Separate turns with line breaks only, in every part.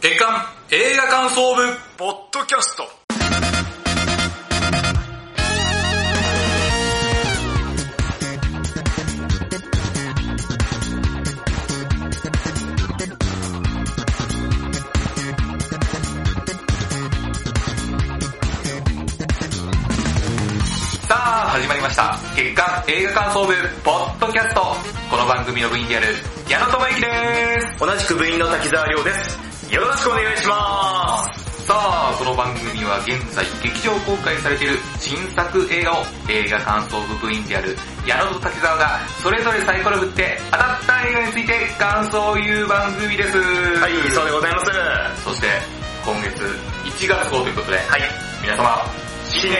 月刊映画感想部
ポッドキャスト
さあ始まりました月刊映画感想部ポッドキャストこの番組の部員である矢野智之です
同じく部員の滝沢亮ですよろしくお願いします
さあこの番組は現在劇場公開されている新作映画を映画感想部部員である矢野と滝沢がそれぞれサイコロ振って当たった映画について感想を言う番組です
はいそうでございます
そして今月1月号ということで、
はい
皆様新年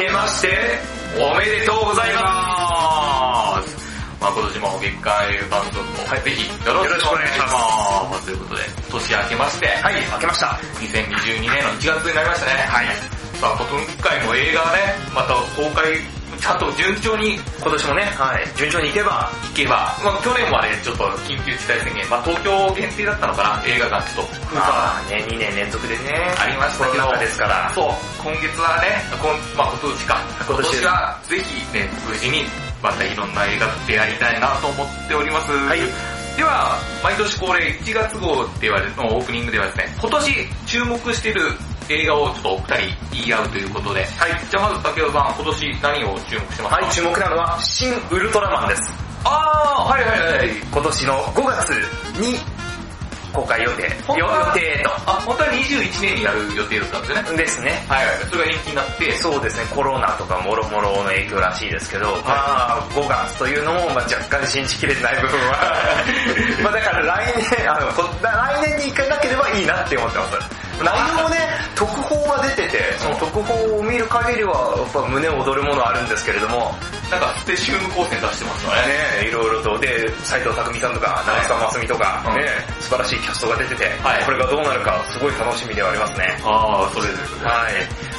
明けましておめでとうございますまあ今年も月間映画監督も、ぜひよろしくお願いしますということで年明けまして、
はい開けました
2022年の1月になりましたね
はい
さあ今回も映画はねまた公開ちゃんと順調に
今年もね、はい、順調にいけば
行けば、まあ、去年はね、ちょっと緊急事態宣言、まあ、東京限定だったのかな、映画館ちょっと封鎖
まあね、2年連続でね、
ありましたけど
コロナ禍ですから、
そう、今月はね、こんまあ、今年か。今
今年
年はぜひね、無事にまたいろんな映画ってやりたいなと思っております。
はい
では、毎年恒例1月号ではのオープニングではですね、今年注目している映画をちょっとお二人言い合うということで、はい。じゃあまず竹尾さん、今年何を注目してますか
はい、注目なのは、新ウルトラマンです。
あー、はいはいはい。
今年の5月に公開予定、
本
よ
当
予
は
定
あ、本当は21年にやる予定だったんですよね。
と。ですね。
はいはい。それが延期になって、
そうですね、コロナとかもろもろの影響らしいですけど、まあ、5月というのも、まあ、若干信じきれてない部分は、まあだから来年、あの、こ来年に行かなければいいなって思ってます。内容もね、特報が出てて、その特報を見る限りは、やっぱ胸躍るものあるんですけれども、
なんかスペシウム光線出してますよね。
ね、いろいろと、で、斎藤工さんとか、長澤まさみとか、
うん
ね、素晴らしいキャストが出てて、
はい
これがどうなるか、すごい楽しみではありますね。
ああ、それですね。
はい。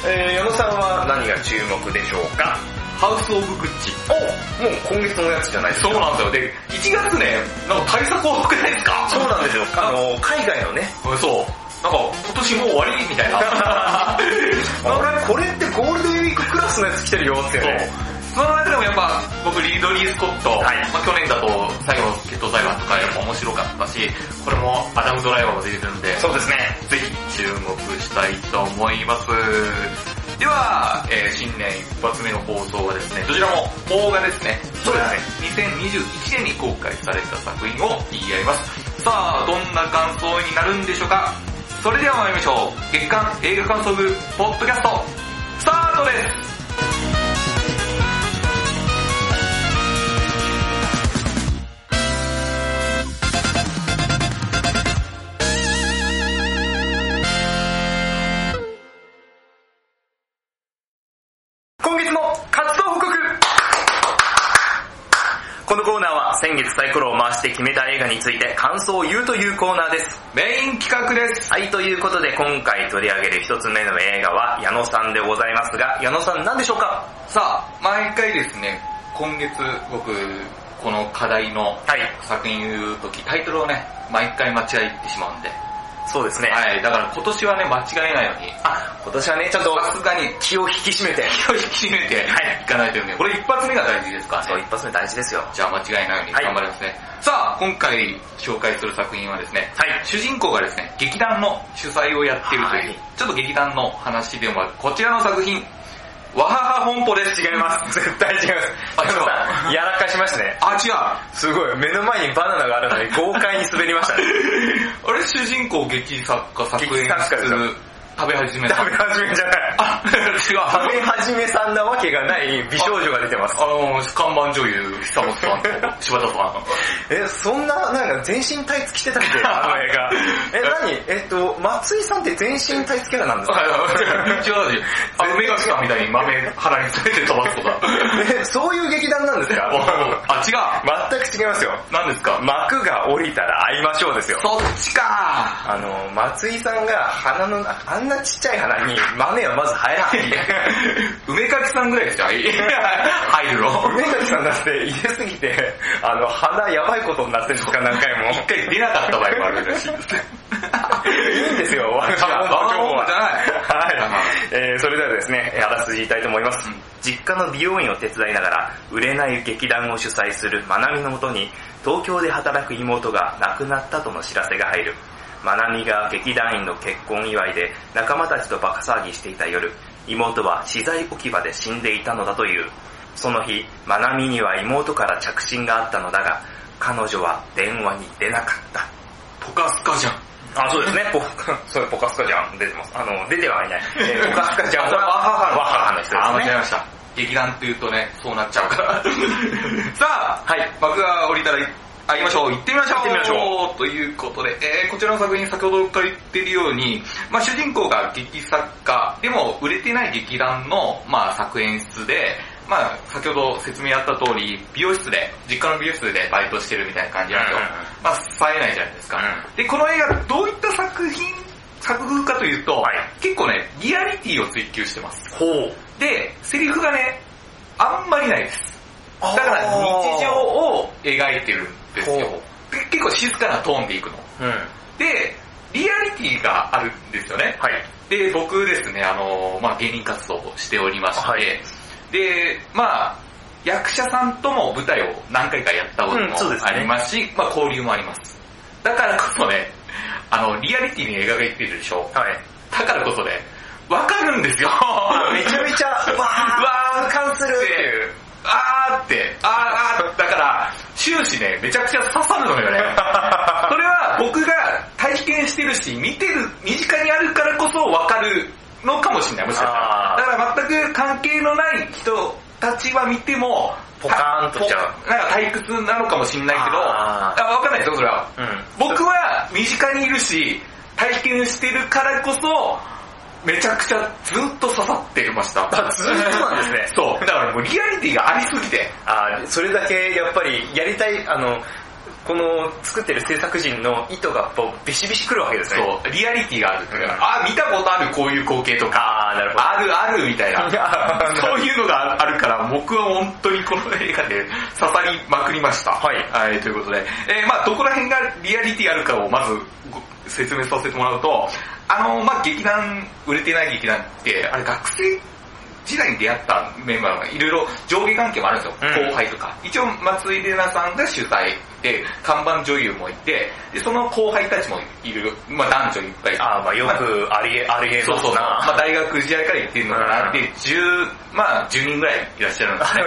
えー、矢野さんは何が注目でしょうか
ハウスオブグッチ。
おもう今月のやつじゃないです
そ
か。
うなんですよ。で、1月ね、なんか対策多く ないですか
そうなんですよ。
あ
あの、海外の ね、
うんそう。なんか、今年もう終わりみたいな。
あれ、これってゴールデンウィーククラスのやつ来てるよって
そう
ね。
その中でもやっぱ、僕、リードリー・スコット、
はい
まあ、去年だと最後の決闘裁判とかやっぱ面白かったし、これもアダム・ドライバーも出てくるんで、
そうですね。
ぜひ注目したいと思います。では、えー新年一発目の放送はですね、どちらも邦画ですね。
そうですね
2021年に公開された作品を言い合います。さあ、どんな感想になるんでしょうかそれでは参りましょう。月刊映画感想部、ポッドキャスト、スタートです
今月の活動報告このコーナーは先月サイコロを回して決めた映画について感想を言うというコーナーです。
メイン企画です。
はい、ということで今回取り上げる一つ目の映画は矢野さんでございますが、矢野さん何でしょうか
さあ、毎回ですね、今月僕、この課題の
はい、
作品言うとき、タイトルをね、毎回間違えてしまうんで、
そうですね。
はい、だから今年はね、間違えないように、
あ、今年はね、ちょっと
さすがに
気を引き締めて、
気を引き締めていかないといけない。これ一発目が大事ですから
そう、
ね
一。発目大事ですよ。
じゃあ間違いないように
はい
頑張りますね。さあ、今回紹介する作品はですね、
はい
主人公がですね、劇団の主催をやっているという、
はい
ちょっと劇団の話でもある、こちらの作品、わはは本舗です。
違います。 絶対違い
あ
ます。
そう
矢野さんやらかしましたね。
あ、違う。
すごい、目の前にバナナがあるのに豪快に滑りま したね。
あれ、主人公劇作家作演
劇作家ですよ
室食べ始めた。
食べ始めじゃない。
あ、違う。
食べ始めさんなわけがない美少女が出てます。
あの、看板女優、久本さんと柴田さん。
え、そんな、なんか全身タイツ着てたっ けあの映画。え、何えっと、松井さんって全身タイツキャラなんですか
違う違う。あの、目が来たみたいに豆腹に詰めて飛ばすとか。
え、そういう劇団なん ですか
あ、違う。
全く違いますよ。
何ですか
幕が降りたら会いましょうですよ。
そっちか
あの、松井さんが鼻の、あんなちっちゃい鼻に豆はまず入らない。
梅垣さんぐらいですよ。入るの。
梅崎さんだって入れすぎて、あの、鼻やばいことになってるんですか、何回も。
一回出なかった場合もあるらしいですね。
ですね、あらすじ言いたいと思います。実家の美容院を手伝いながら、売れない劇団を主催するまなみのもとに、東京で働く妹が亡くなったとの知らせが入る。まなみが劇団員の結婚祝いで仲間たちとバカ騒ぎしていた夜、妹は資材置き場で死んでいたのだという。その日、まなみには妹から着信があったのだが、彼女は電話に出なかった。
ポカスカじゃん。
あ、そうですね。ポカ、そう、ポカスカジャン出てます。あの、出てはい ない。えーポカスカジャンは、ワハハのワハハの人
あ、
で
間
す
違え
ね。
ました。劇団って言うとね、そうなっちゃう から。さあ、
はい。
幕が降りたら、あ、行きましょう。行ってみましょう。
行ってみましょ
ということで、えー、こちらの作品、先ほどから言ってるように、まあ主人公が劇作家、でも売れてない劇団の、まあ作演室で、まあ先ほど説明あった通り、美容室で、実家の美容室でバイトしてるみたいな感じなんですよ。
う
まあ冴えないじゃないですか。
う
で、この映画、どういった作品、作風かというと、
はい
結構ね、リアリティを追求してます。
ほう。
で、セリフがね、あんまりないです。だから日常を描いてるんですよ。
ほ
で結構静かなトーンでいくの。
うん。はい。
で、リアリティがあるんですよね。で、僕ですね、あの、まあ芸人活動をしておりまして、
はい
で、まあ役者さんとも舞台を何回かやったこと
う
も
んそうですね
ありますし、まあ交流もあります。だからこそね、あの、リアリティに描いてるでしょ。
はい。
だからこそね、わかるんですよ。
めちゃめ ちゃ、わー、
わー
俯瞰するっていう。
あーって、あーあー、だから、終始ね、めちゃくちゃ刺さるのよね。それは僕が体験してるし、見てる、身近にあるからこそわかるのかもしれない、もしかした
あー
ら。だから全く関係のない人たちは見ても、
ポカーンとしちゃう
ぽなんか退屈なのかもしれないけど、
あ
あ
ー
わかんないですよ、それは。
うん。
僕は身近にいるし、体験してるからこそ、めちゃくちゃずっと刺さってました。
あずっとなんですね
そう。だからもうリアリティがありすぎて。
あーそれだけやっぱりやりたい、あの、この作ってる制作人の意図がこうビシビシくるわけですね。
そう、リアリティがあるから、
うん
あ、見たことあるこういう光景とか、
あーなるほど。
あるあるみたいな
は
そういうのがあるから、僕は本当にこの映画で刺さりまくりました。
はい
はい、ということで。えーまあどこら辺がリアリティあるかをまずご説明させてもらうと、あの、まあ劇団、売れてない劇団って、あれ学生時代に出会ったメンバーがいろいろ上下関係もあるんですよ。
うん
後輩とか。一応、松井玲奈さんが主催で、看板女優もいて、で、その後輩たちもいる、まあ男女いっぱい。
あーまあよくありえ、ありえ
そうそうそう。 まあ
な。
大学時代から行ってるのかなって、10、まあ10人ぐらい いらっしゃるんですね。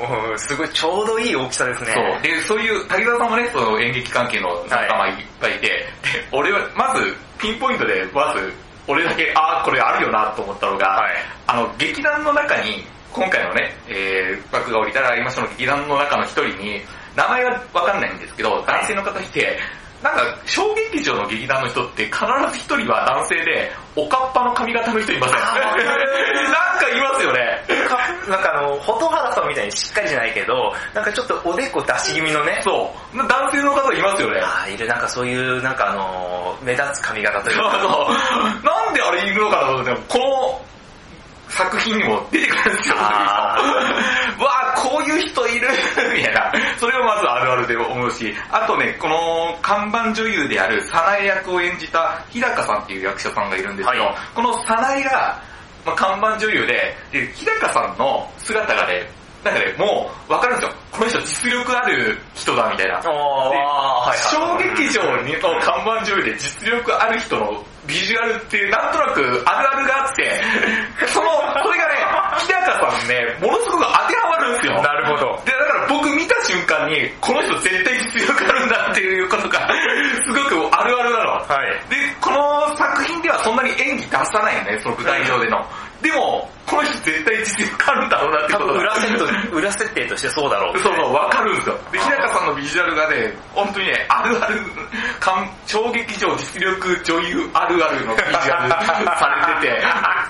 もうすごいちょうどいい大きさですね。
そう。で、そういう、滝沢さんもね、その演劇関係の仲間いっぱいいて、で、俺は、まず、ピンポイントで、まず、俺だけ、ああ、これあるよなと思ったのが、
はい
あの、劇団の中に、今回のね、えー、幕が降りたら今その劇団の中の一人に、名前はわかんないんですけど、男性の方いて、なんか、小劇場の劇団の人って必ず一人は男性で、おかっぱの髪型の人いません。
あーわかる
なんかいますよね。
かなんかあの、蛍原さんみたいにしっかりじゃないけど、なんかちょっとおでこ出し気味のね。
そう。男性の方いますよね。
ああ、いる、なんかそういう、なんかあの、目立つ髪型というか。
あの、なんであれいるのかなと思って、この作品にも出てくるんですよ。
あ
わあこういう人いる みたいな。それをまずあるあるで思うし、あとね、この看板女優である早苗役を演じた日高さんっていう役者さんがいるんですけど、
はい
この早苗が、まあ、看板女優で、で日高さんの姿がね、なんかね、もうわかるんですよ。この人実力ある人だみたいな。
あーはい
小
はい
劇場にの看板上で実力ある人のビジュアルってなんとなくあるあるがあ って、その、それがね、日高さんね、ものすごく当てはまるんですよ。
なるほど。
で、だから僕見た瞬間に、この人絶対実力あるんだっていうことが、 すごくあるあるなの。
はい。
で、この作品ではそんなに演技出さないよね、その舞台上での。でも、この人絶対実力あるんだろうなって
多
こと
分
が
裏設 定、裏設定としてそうだろう。
そうそう、わかるんですよ。で、日高さんのビジュアルがね、本当にね、あるある、感衝撃場実力女優あるあるのビジュアルされて て、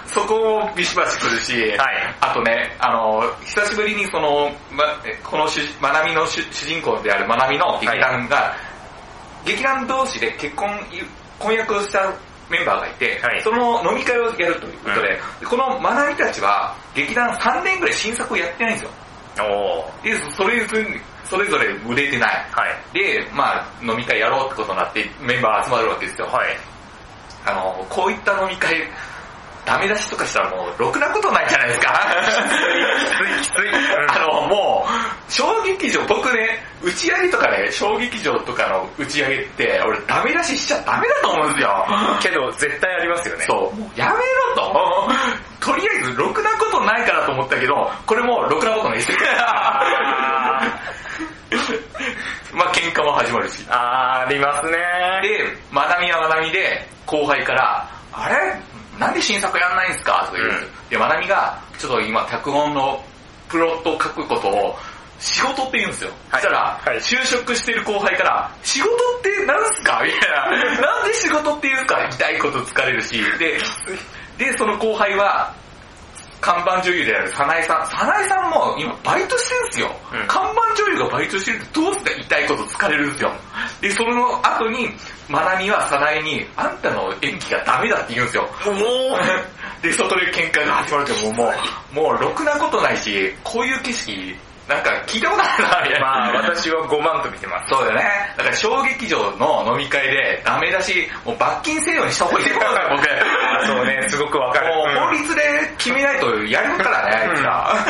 そこをビシバシくるし、
はい
あとね、あの、久しぶりにその、ま、この主人、まなみの主主人公であるまなみの劇団が、劇団同士で結婚い、婚約をしたメンバーがいて、
はい
その飲み会をやるということで、このまなみたちは劇団3年ぐらい新作をやってないんですよ。
おー
で、それぞれ、それぞれ売れてない。
はい。
で、まあ飲み会やろうってことになってメンバー集まるわけですよ。
はい。
あの、こういった飲み会、ダメ出しとかしたらもう、ろくなことないじゃないです か。
きついきついうん
あの、もう、小劇場、僕ね、打ち上げとかね、小劇場とかの打ち上げって、俺ダメ出ししちゃダメだと思うんですよ。
けど、絶対ありますよね。
そう、もうやめろ と。とりあえず、ろくなことないからと思ったけど、これもろくなことない です。まあ喧嘩も始まるし。
あーありますね。
で、まなみはまなみで、後輩から、あれなんで新作やんないんすかとか言うんですよ。で、まなみが、ちょっと今、脚本のプロットを書くことを、仕事って言うんですよ。
は
そ
い
したら、
はい
就職してる後輩から、仕事ってなんすかみた いな。なんで仕事って言うんすか痛いこと疲れるし。で、で、その後輩は、看板女優である早苗さん。早苗さんも今バイトしてるんですよ。
うん
看板女優がバイトしてるってどうすか痛いこと疲れるんですよ。で、その後に、まなみは早苗に、あんたの演技がダメだって言うんですよ。
もう、
で、そこで喧嘩が始まるけど、もう、もう、ろくなことないし、こういう景色、なんか聞いたことあるな、みたいな。
まあ、私は5万と見てます。
そうだよね。だから小劇場の飲み会でダメ出し、もう罰金制度にした方がいいと思うんだよ、僕。
あそうね、すごくわかる。
もう法
うん
律で決めないとやるからね、あいつら。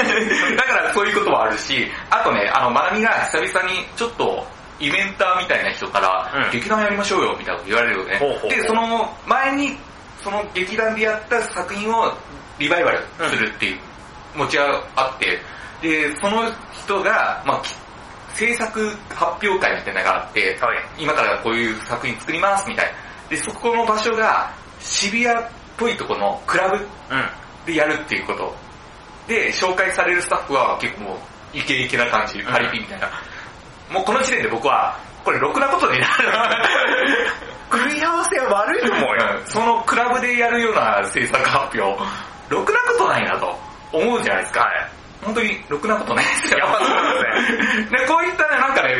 だからそういうこともあるし、あとね、あの、まなみが久々にちょっと、イベンターみたいな人から、
うん
劇団やりましょうよ、みたいなこと言われるよね
ほうほうほ。う
で、その前に、その劇団でやった作品をリバイバルするっていう、持ち合あって、で、その人が、まあ、き制作発表会みたいなのがあって、
はい。
今からこういう作品作ります、みたいな。で、そこの場所が、渋谷っぽいとこのクラブ
うん。
でやるっていうこと。で、紹介されるスタッフは結構もう、イケイケな感じ、パリピみたいな。もうこの時点で僕は、これろくなこと になる。
組み合わせは悪いと思うよ。
そのクラブでやるような制作発表、ろくなことないなと思うじゃないですか。本当にろくなことないですよ。
やっぱそう
ね。こういったね、なんかね、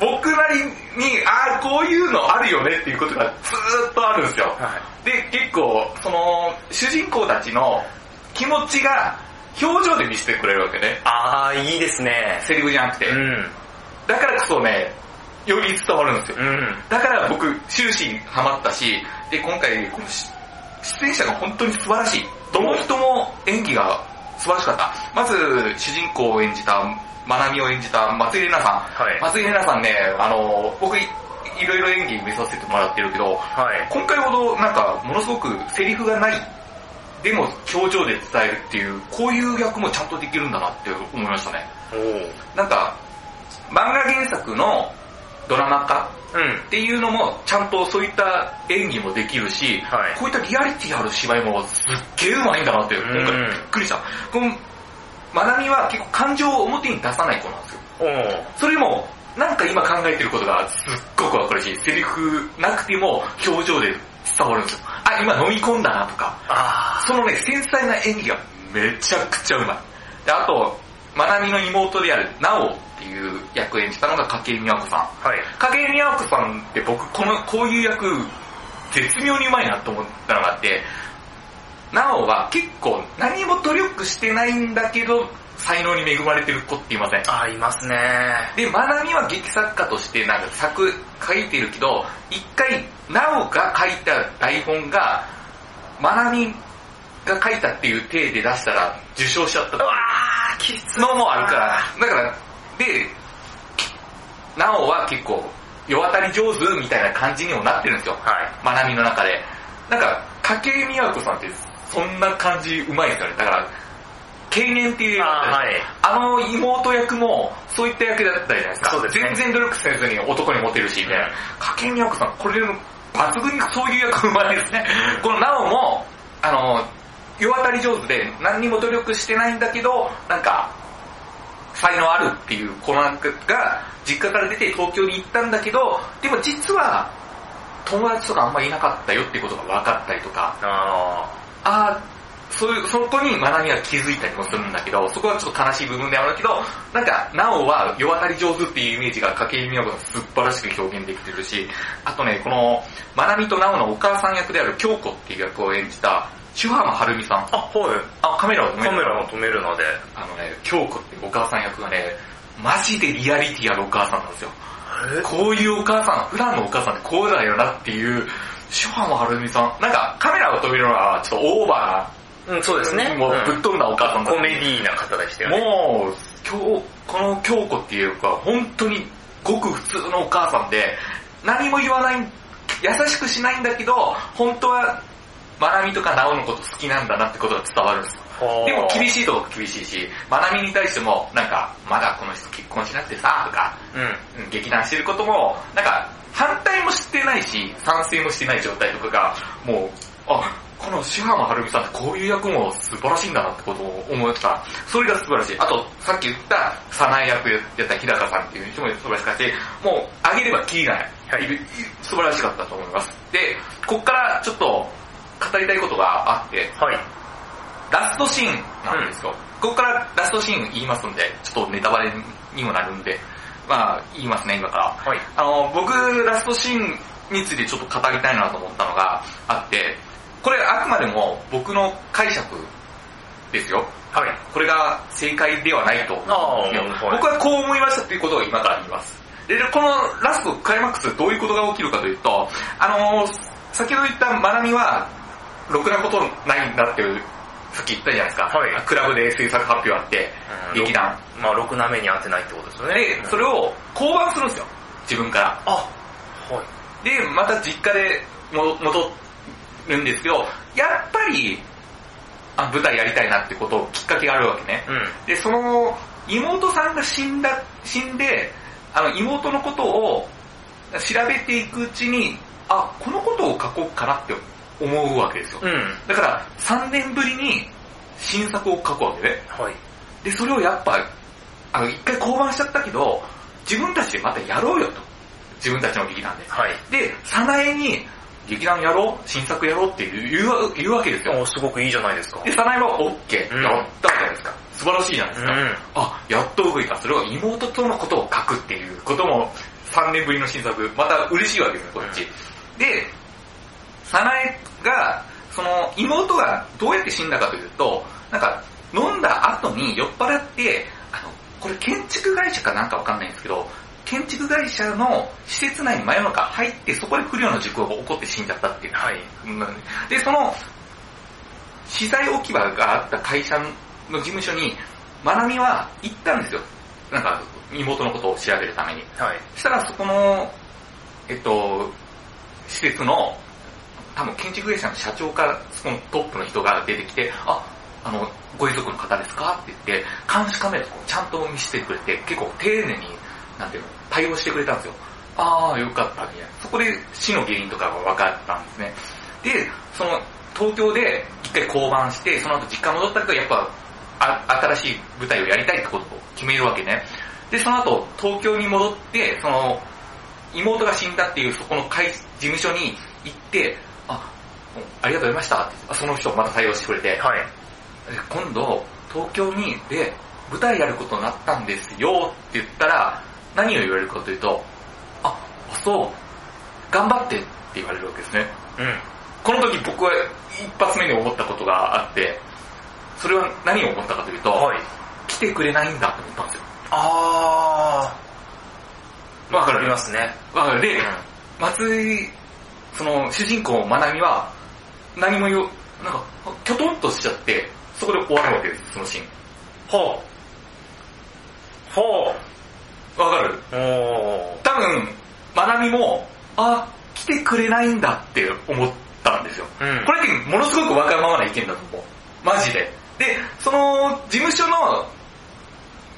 僕なりに、ああ、こういうのあるよねっていうことがずーっとあるんですよ。
は
で、結構、その、主人公たちの気持ちが表情で見せてくれるわけね。
あー、いいですね。
セリフじゃなくて。
うん。
だからこそね、より伝わるんですよ。
うん。
だから僕、終始ハマったし、で、今回、このし出演者が本当に素晴らしい。どの人も演技が素晴らしかった。まず、主人公を演じた、まなみを演じた松井玲奈さん。
はい
松井玲奈さんね、あの、僕い、いろいろ演技見させてもらってるけど、
はい。
今回ほどなんか、ものすごくセリフがない、でも表情で伝えるっていう、こういう役もちゃんとできるんだなって思いましたね。
おー
なんか、漫画原作のドラマ化
うん
っ。ていうのも、ちゃんとそういった演技もできるし、
はい
こういったリアリティある芝居もすっげえうまいんだなって、今回
うん
びっくりした。この、まなみは結構感情を表に出さない子なんですよ。
おー
それも、なんか今考えてることがすっごくわかるし、セリフなくても表情で伝わるんですよ。あ、今飲み込んだなとか、
あ
そのね、繊細な演技がめちゃくちゃうまい。で、あと、まなみの妹である、なおっていう役を演じたのが筧美和子さん。
ー。はい。
影井美和子さんって僕このこういう役絶妙にうまいなと思ったのがあってなおは結構何も努力してないんだけど才能に恵まれてる子っていません
あー、いますね。
で、まなみは劇作家としてなんか作書いてるけど、一回、なおが書いた台本が、まなみが書いたっていう体で出したら受賞しちゃった
うわー、きつい。
のもあるから、だから、で、なおは結構、世渡り上手みたいな感じにもなってるんですよ。
はい。
まなみの中で。なんか、筧美和子さんってそんな感じうまいですよね。だから、経年っていう役だったじゃないですかあの妹役もそういった役だったじゃないですか。
そうですね
全然努力せずに男にモテるし、みたいな
うん。
筧美和子さん、これの抜群にそういう役うまいですね。このなおも、あの、世渡り上手で何にも努力してないんだけど、なんか、才能あるっていう子なんかが実家から出て東京に行ったんだけど、でも実は友達とかあんまりいなかったよっていうことが分かったりとか、
あ
ああ、そういう、そこに学びは気づいたりもするんだけど、そこはちょっと悲しい部分ではあるけど、なんか、なおは世渡り上手っていうイメージが筧美和子が素晴らしく表現できてるし、あとね、この、学びとなおのお母さん役である京子っていう役を演じた、主浜春美さん
ー。。あ、は
あ、カメラを止
い。
め
カ
る
メラを止めるので。
あのね、京子ってお母さん役がね、マジでリアリティあるお母さんなんですよ。こういうお母さん、普段のお母さんってこうだよなっていう、ショハマはるみさん、なんかカメラを止めるのはちょっとオーバ
うん、そうですね
ー。な、もうぶっ飛んだお母さんだ
コメディーな方でしたよね。
もう、今日、この京子っていうか、本当にごく普通のお母さんで、何も言わない、優しくしないんだけど、本当は、まなみとかなおのこと好きなんだなってことが伝わるんですよ。でも厳
しい。
しいとこ厳しいし、まなみに対しても、なんか、まだこの人結婚しなくてさ、とか、
うん。
うん劇団してることも、なんか、反対もしてないし、賛成もしてない状態とかが、もう、あ、このシュハマハルミさんってこういう役も素晴らしいんだなってことを思った。それが素晴らしい。あと、さっき言った、サナエ役やった日高さんっていう人も素晴らしかったし、もう、上げればきりない。
はい
いる素晴らしかったと思います。で、こっからちょっと、語りたいことがあって、
はい。
ラストシーンなんですよ。ここからラストシーン言いますんで、ちょっとネタバレにもなるんで、まあ言いますね、今から。
はい。
あの、僕、ラストシーンについてちょっと語りたいなと思ったのがあって、これあくまでも僕の解釈ですよ。
はい。
これが正解ではないと思うんですよ
ああはい
僕はこう思いましたっていうことを今から言います。で、でこのラスト、クライマックスどういうことが起きるかというと、あのー先ほど言ったマナミは、ろくなことないんだっていう、さっき言ったじゃないですか。
はい
クラブで制作発表あって、
うん
劇団。
まあ、ろくな目に当てないってことですよね。
で、それ
を、
を降板するんですよ。自分から。
あ、はい。
で、また実家でも戻るんですけど、やっぱり、あ舞台やりたいなってことをきっかけがあるわけね。
うん。
で、その、妹さんが死んだ、死んで、あの、妹のことを調べていくうちに、あ、このことを書こうかなって思うわけですよ。
うん。
だから、3年ぶりに新作を書くわけで、
はい。
で、それをやっぱ、あの、一回降板しちゃったけど、自分たちでまたやろうよと。自分たちの劇団で。
はい。
で、早苗に、劇団やろう新作やろうって言うわ言うわけですよ。
おすごくいいじゃないですか。
で、早苗は OK やっ
うん
たわけじゃないですか。素晴らしいじゃないで
う
す
ん。
か。あ、やっと動いた。それは妹とのことを書くっていうことも、3年ぶりの新作、また嬉しいわけですよ、こっち。で、早苗が、その、妹がどうやって死んだかというと、なんか、飲んだ後に酔っ払って、あの、これ建築会社かなんかわかんないんですけど、建築会社の施設内に真夜中入って、そこで不良の事故が起こって死んじゃったっていう。
はい。
で、その、資材置き場があった会社の事務所に、まなみは行ったんですよ。なんか、妹のことを調べるために。
はい。
そしたらそこの、えっと、施設の、多分建築会社の社長から、そのトップの人が出てきて、あ、あの、ご遺族の方ですかって言って、監視カメラとかをちゃんと見せてくれて、結構丁寧に、なんていうの、対応してくれたんですよ。あー、よかった、みたいな。そこで死の原因とかが分かったんですね。で、その、東京で一回降板して、その後実家戻ったけど、やっぱ、あ新しい舞台をやりたいってことを決めるわけね。で、その後、東京に戻って、その、妹が死んだっていうそこの会事務所に行って、あ、ありがとうございましたってあその人また対応してくれて、
はい。
今度、東京に、で、舞台やることになったんですよって言ったら、何を言われるかというと、あ、そう、頑張ってって言われるわけですね。
うん。
この時僕は一発目に思ったことがあって、それは何を思ったかというと、
はい。
来てくれないんだと思ったんですよ。
あ
わか
ー。あり
る。
ますね。
わかる。で、
う
松井、その主人公、まなみは、何も言う、なんか、きょとんとしちゃって、そこで終わるわけです、そのシーン。
ほう。ほ
わかる
う。お
多分、まなみも、あ、来てくれないんだって思ったんですよ。
ー。うん。
これってものすごくわがままな意見だと思う。マジで。で、その、事務所の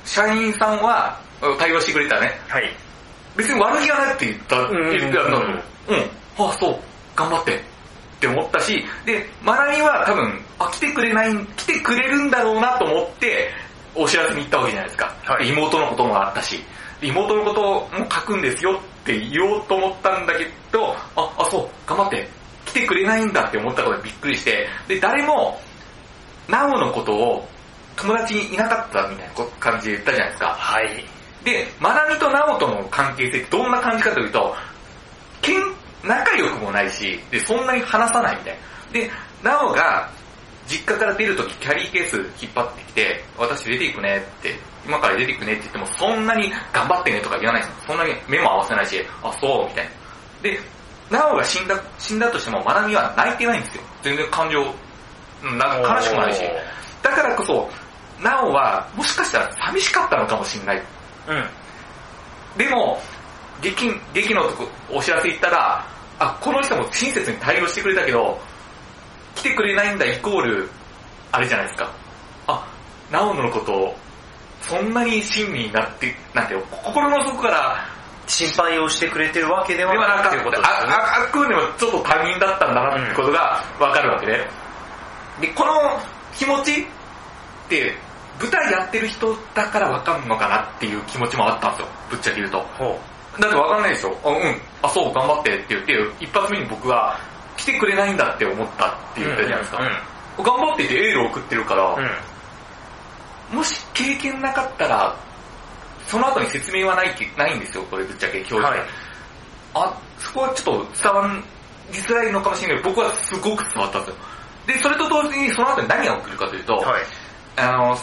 社員さんは、対応してくれたね。
はい。
別に悪気はないって言った、
うん
言ったの。うん。あ、そう。頑張って。って思ったし、で、マナミは多分、あ、来てくれない、来てくれるんだろうなと思って、お知らせに行ったわけじゃないですか。
はい
妹のこともあったし、妹のことも書くんですよって言おうと思ったんだけど、あ、あ、そう、頑張って。来てくれないんだって思ったことにびっくりして、で、誰も、ナオのことを友達にいなかったみたいなこ感じで言ったじゃないですか。
はい。
で、まなみと直人の関係性ってどんな感じかというと、けん仲良くもないし、で、そんなに話さないみたいな。で、直が、実家から出るときキャリーケース引っ張ってきて、私出ていくねって、今から出ていくねって言っても、そんなに頑張ってねとか言わないんですよそんなに目も合わせないし、あ、そう、みたいな。で、なおが死んだ、死んだとしても、まなみは泣いてないんですよ。全然感情、うんなんか悲しくもないし。だからこそ、なおは、もしかしたら寂しかったのかもしれない。
うん。
でも、劇、劇のとこお知らせ行ったら、あ、この人も親切に対応してくれたけど、来てくれないんだイコール、あれじゃないですか。あ、ナオのことを、そんなに親身になって、なんていうの心の底から、
心配をしてくれてるわけでは
ではな
な
か
い
った
ということですよね。
あああくまでもちょっと他人だったんだなってことがわかるわけで。で、この気持ちって、舞台やってる人だからわかるのかなっていう気持ちもあったんですよ。ぶっちゃけ言うと。
ほ
だってわかんないでしょあ、うん。あ、そう、頑張ってって言って、一発目に僕は来てくれないんだって思ったって
う。
言ったじゃないですか。
うん。
頑張っててエールを送ってるから、
うん
もし経験なかったら、その後に説明はないけないんですよ、これぶっちゃけ教授、
はい。
あ、そこはちょっと伝わりづらいのかもしれないけど、僕はすごく伝わったんですよ。で、それと同時にその後に何が起きるかというと、
はい。
あの、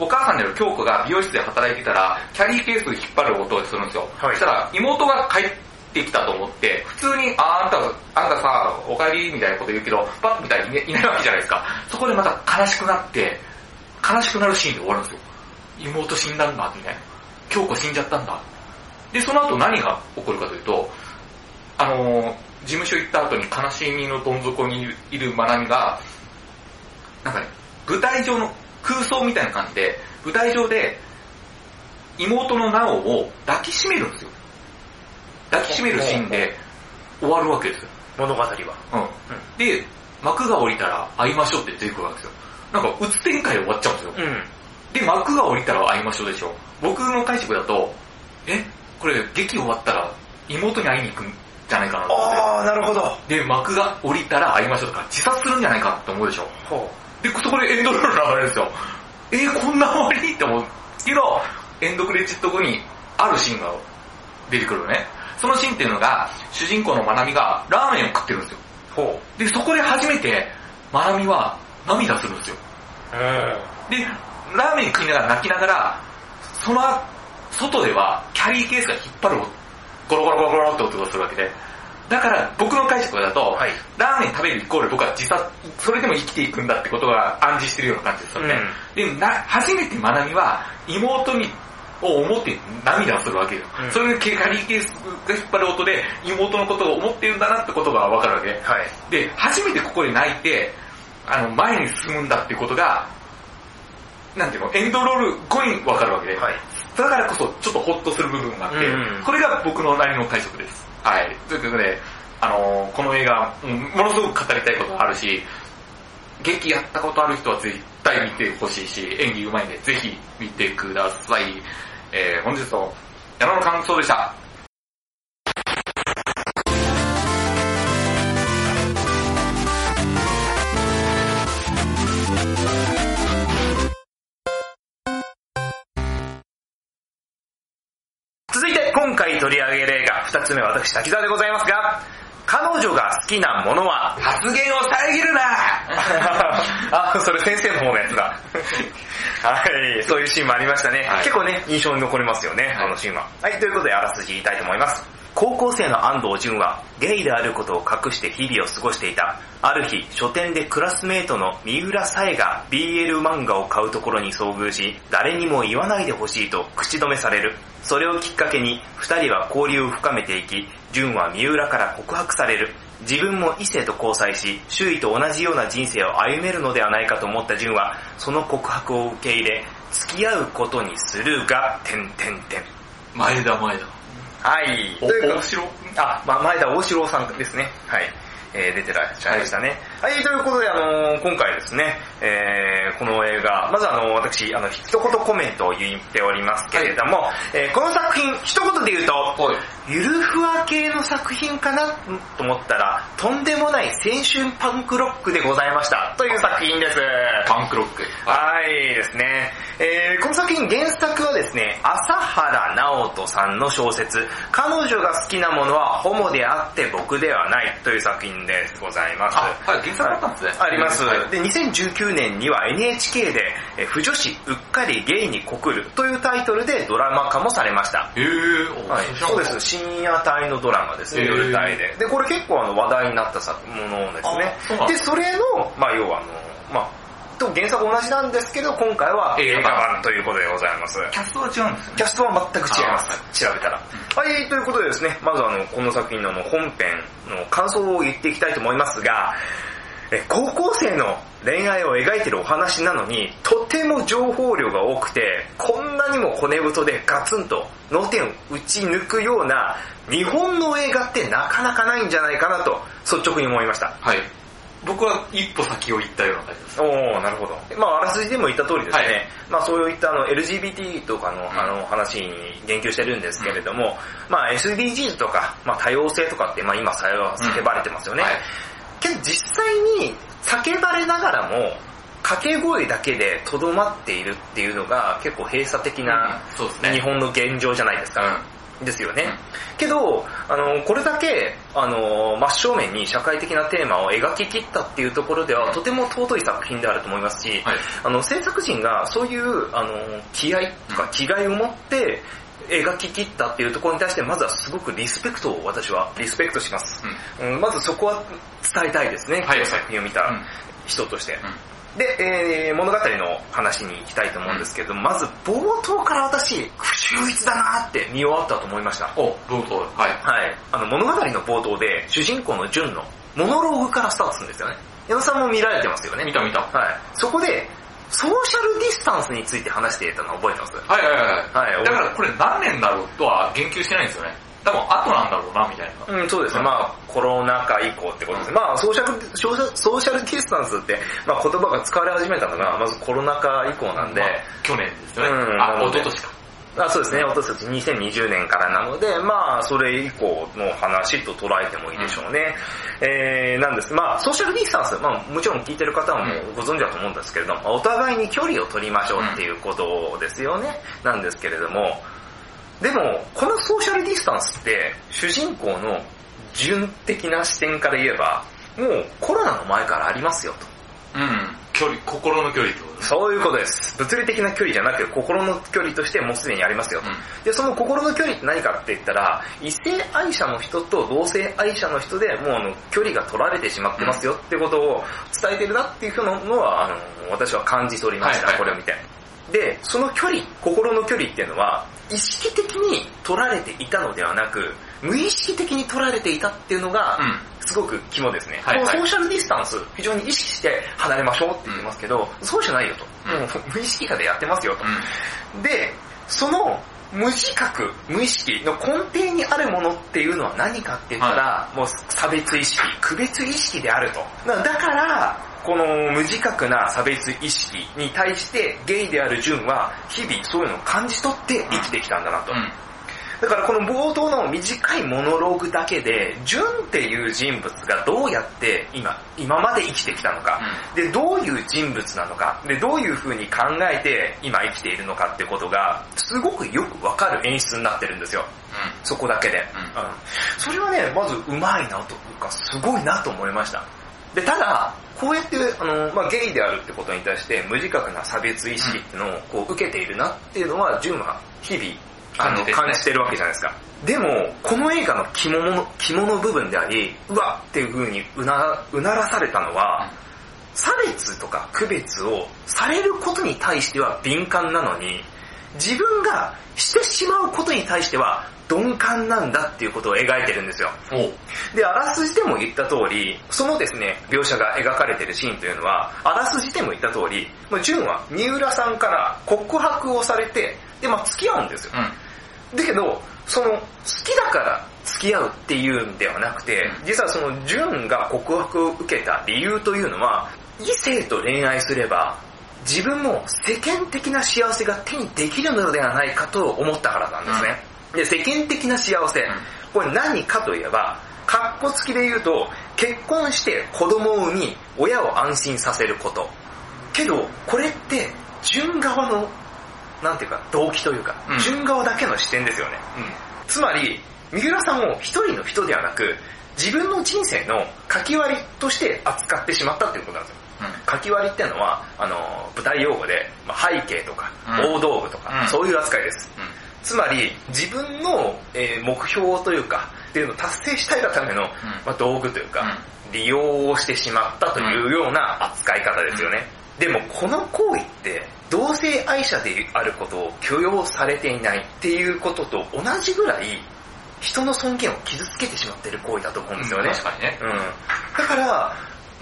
お母さんである京子が美容室で働いてたら、キャリーケースを引っ張る音をするんですよ。
はい
そしたら、妹が帰ってきたと思って、普通に、あ、あんた、あんたさ、お帰りみたいなこと言うけど、パッと見たらい,、いないわけじゃないですか。そこでまた悲しくなって、悲しくなるシーンで終わるんですよ。妹死んだんだ、みたいな。京子死んじゃったんだ。で、その後何が起こるかというと、あのー事務所行った後に悲しみのどん底にいるいるまなみが、なんかね、舞台上の空想みたいな感じで、舞台上で妹のなおを抱きしめるんですよ。抱きしめるシーンで終わるわけですよ。
物語は。
うん。で、幕が降りたら会いましょうって出てくるわけですよ。なんか、うつ展開で終わっちゃうんですよ。
うん。
で、幕が降りたら会いましょうでしょ。僕の解釈だと、え、これ劇終わったら妹に会いに行くんじゃないかなと思っ
あー、なるほど。
て。で、幕が降りたら会いましょうとか、自殺するんじゃないかなって思うでしょ。
ほ
で、そこでエンドロール流れるんですよ。えー、こんな終わりって思うけど、エンドクレジット後にあるシーンが出てくるのね。そのシーンっていうのが、主人公のまなみがラーメンを食ってるんですよ。
う。ほ
で、そこで初めて、まなみは涙するんですよ。
う。うん。
で、ラーメン食いながら泣きながら、その外ではキャリーケースが引っ張るゴロゴロゴロゴロって音がするわけで。だから僕の解釈だと、
はい
ラーメン食べるイコール僕は自殺、それでも生きていくんだってことが暗示してるような感じですよね。でな、初めてまなみは妹に、を思って涙をするわけよ。
うん
それでキャリーケースが引っ張る音で妹のことを思ってるんだなってことがわかるわけ。
はい。
で、初めてここで泣いて、あの、前に進むんだってことが、なんていうの、エンドロール後にわかるわけで、
はい。
だからこそちょっとホッとする部分があって、
うんうん
これが僕のなりの解釈です。はい。ということで、あのーこの映画、うんものすごく語りたいことがあるし、劇やったことある人は絶対見てほしいし、演技うまいんで、ぜひ見てください。えー、本日の山の感想でした。
続いて、今回取り上げる映画、二つ目、私、滝沢でございますが、彼女が好きなものは、
発言を遮 るな
あ、それ先生の方のやつだ。はい、そういうシーンもありましたね。
はい
結構ね、印象に残りますよね、
い
あのシーンは。はい、ということで、あらすじ言いたいと思います。高校生の安藤淳は、ゲイであることを隠して日々を過ごしていた。ある日、書店でクラスメートの三浦沙絵が BL 漫画を買うところに遭遇し、誰にも言わないでほしいと口止めされる。それをきっかけに、二人は交流を深めていき、淳は三浦から告白される。自分も異性と交際し、周囲と同じような人生を歩めるのではないかと思った純は、その告白を受け入れ、付き合うことにするが、てんてんてん。
前だ前だ。
はい。
お
ということ
面白
あ、ま、前田大志郎さんですね。はい。えー出てらっしゃいましたね。はい、ということで、あのー今回ですね、えーこの映画、まずあのー私、あの、一言コメントを言っておりますけれども、えーこの作品、一言で言うと、
はい。
ゆるふわ系の作品かなと思ったら、とんでもない青春パンクロックでございました。という作品です。
パンクロック。
はいですね。えーこの作品原作はですね、朝原直人さんの小説、彼女が好きなものはホモであって僕ではないという作品でございます。
あ、はい、原作あったんですね。
あります
はい。
で、2019年には NHK で、えー不女子うっかりゲイに告るというタイトルでドラマ化もされました。
えー、お
はい、そうで。
知らなか
す
っ
深夜帯のドラマですね、
へー
夜帯ででこれ結構あの話題になった作ものですね
あそうなんだ
でそれの、まあ、要はあの、まあ、と原作同じなんですけど今回は
映
映
画
画
版
版ということでございます
たキャストは違うんですよね。
キャストは全く違います、
あ
調べたら、はいということでですねまずあのこの作品のあの本編の感想を言っていきたいと思いますがえ高校生の恋愛を描いてるお話なのにとても情報量が多くてこんなにも骨太でガツンと脳天を打ち抜くような日本の映画ってなかなかないんじゃないかなと率直に思いました
はい。僕は一歩先を行ったような感じです。
おおなるほど。まああらすじでも言った通りですね、
はい
まあそういったあの LGBT とかの,、
ん
あの話に言及してるんですけれども、まあ SDGs とか、まあ多様性とかってまあ今さよ叫ばれてますよね。
はい
けど実際に叫ばれながらも、掛け声だけでとどまっているっていうのが結構閉鎖的な
うんそうですね。
日本の現状じゃないですか。ですよね。けど、あの、これだけ、あの、真正面に社会的なテーマを描き切ったっていうところでは、とても尊い作品であると思いますし、
はい。
あの、制作陣がそういう、あの、気合とか気概を持って、描き切ったっていうところに対して、まずはすごくリスペクトを私は、リスペクトします。
うん。
うん、まずそこは伝えたいですね、
はい
この作品を見た人として。
うん
で、えー物語の話に行きたいと思うんですけど、まず冒頭から私、不秀逸だなって見終わったと思いました。
お、どうぞ。はい。
はい。あの、物語の冒頭で、主人公の純のモノローグからスタートするんですよね。矢野さんも見られてますよね。
見た見た。
はい。そこで、ソーシャルディスタンスについて話していたの覚えてます
はいはいはい。
はい。
だからこれ何年だろうとは言及してないんですよね。多分後なんだろうな、みたいな。
うん、そうですね。まあ、コロナ禍以降ってことですね。まあ、ソーシャル、ソーシャルソーシャルディスタンスって、まあ、言葉が使われ始めたのが、まずコロナ禍以降なんで、
まあ去年ですよね。
うん
あ、一昨年か。
あそうですね、私たち2020年からなので、まあ、それ以降の話と捉えてもいいでしょうね。えー、なんです。まあ、ソーシャルディスタンス、まあ、もちろん聞いてる方も
う
ご存知だと思うんですけれども、お互いに距離を取りましょうっていうことですよね、なんですけれども、でも、このソーシャルディスタンスって、主人公の純的な視点から言えば、もうコロナの前からありますよと。
うん。距離、心の距離ってことです。
そういうことです。物理的な距離じゃなくて、心の距離としてもうすでにありますよと。で、その心の距離って何かって言ったら、異性愛者の人と同性愛者の人でもうあの距離が取られてしまってますよってことを伝えてるなっていうふうなのは、あの、私は感じ取りました、
はいはい
これを見て。で、その距離、心の距離っていうのは、意識的に取られていたのではなく、無意識的に取られていたっていうのが、
うん。
すごく肝ですね。
はいはい
このソーシャルディスタンス、非常に意識して離れましょうって言ってますけど、そうじゃないよと。
うん
もう無意識下でやってますよと。
う
で、その無自覚、無意識の根底にあるものっていうのは何かって言ったら、もう差別意識、区別意識であると。だだから、この無自覚な差別意識に対してゲイである純は日々そういうのを感じ取って生きてきたんだなと。
ん。うん。
だからこの冒頭の短いモノローグだけで、純っていう人物がどうやって今、今まで生きてきたのか、で、どういう人物なのか、で、どういう風に考えて今生きているのかってことが、すごくよくわかる演出になってるんですよ。そこだけで。うん
ん
それはね、まずうまいなというか、すごいなと思いました。で、ただ、こうやって、あの、まあ、ゲイであるってことに対して、無自覚な差別意識っていうのを、こう、受けているなっていうのは、純は日々、あ
感
の
じてるね
感じてるわけじゃないですか。でも、この映画の肝の、肝の部分であり、うわっていう風にうな、うならされたのは、差別とか区別をされることに対しては敏感なのに、自分がしてしまうことに対しては鈍感なんだっていうことを描いてるんですよ。
うん。おう。
で、あらすじでも言った通り、そのですね、描写が描かれてるシーンというのは、あらすじでも言った通り、まあ、純は三浦さんから告白をされて、で、まあ付き合うんですよ。
う
だけど、その、好きだから付き合うっていうんではなくて、実はその、純が告白を受けた理由というのは、異性と恋愛すれば、自分も世間的な幸せが手にできるのではないかと思ったからなんですね。で、世間的な幸せ、これ何かといえば、カッコつきで言うと、結婚して子供を産み、親を安心させること。けど、これって、純側の、なんていうか、動機というか、
うん
純側だけの視点ですよね。
ん。うん。
つまり、三浦さんを一人の人ではなく、自分の人生の書き割りとして扱ってしまったっていうことなんですよ。書き割りっていうのは、あの、舞台用語で、まあ、背景とか、
うん
大道具とか、
うん
そういう扱いです。
うん
つまり、自分の、えー目標というか、っていうのを達成したいがための、まあ、道具というか、利用をしてしまったというような扱い方ですよね。でも、この行為って、同性愛者であることを許容されていないっていうことと同じぐらい、人の尊厳を傷つけてしまっている行為だと思うんですよね。
確かにね。
うん、だから、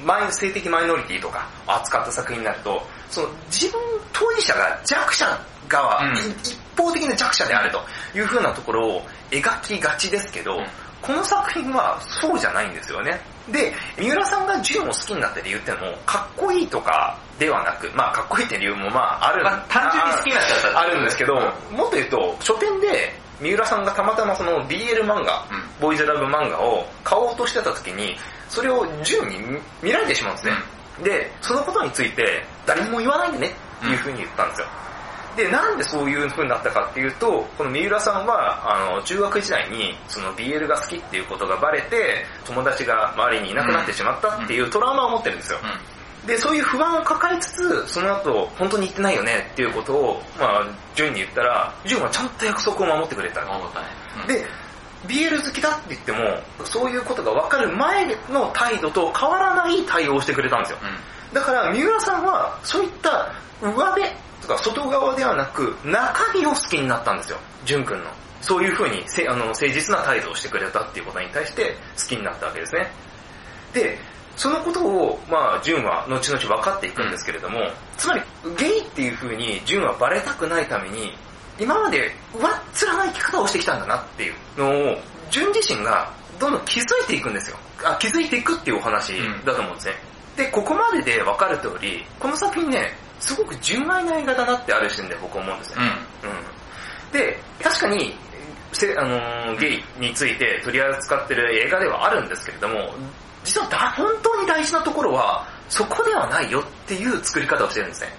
マイ性的マイノリティとか扱った作品になると、その自分当事者が弱者側、
うん
い一方的な弱者であるという風なところを描きがちですけど、
うん
この作品はそうじゃないんですよね。で、三浦さんが純を好きになった理由ってのも、かっこいいとかではなく、まあかっこいいって理由もまああるん、
まあ単純に好きになっちゃったってこと
あるんですけど、
うん
もっと言うと、書店で三浦さんがたまたまその BL 漫画、
う
ボーイズラブ漫画を買おうとしてた時に、それを純に見見られてしまうんですね。で、そのことについて、誰にも言わないでね、っていう風に言ったんですよ。で、なんでそういう風になったかっていうと、この三浦さんは、あの、中学時代に、その BL が好きっていうことがバレて、友達が周りにいなくなってしまったっていうトラウマを持ってるんですよ。
うん
で、そういう不安を抱えつつ、その後、本当に言ってないよねっていうことを、まあ、順に言ったら、順はちゃんと約束を守ってくれた。
思ったね。うん、
で、BL 好きだって言っても、そういうことが分かる前の態度と変わらない対応をしてくれたんですよ。だから、三浦さんは、そういった上辺とか外側ではなく、中身を好きになったんですよ。淳君の。そういう風にせあの誠実な態度をしてくれたっていうことに対して好きになったわけですね。で、そのことを、まあ、純は後々分かっていくんですけれども、つまり、ゲイっていう風に純はバレたくないために、今まで上っ面な生き方をしてきたんだなっていうのを、純自身がどんどん気づいていくんですよ。あ、気づいていくっていうお話だと思うんですね。で、ここまでで分かる通り、この作品ね、すごく純愛な映画だなってある視点で僕思うんですね。
うん。うん。
うんで、確かに、せあのーゲイについて取り扱ってる映画ではあるんですけれども、実はだ本当に大事なところは、そこではないよっていう作り方をしてるんですね。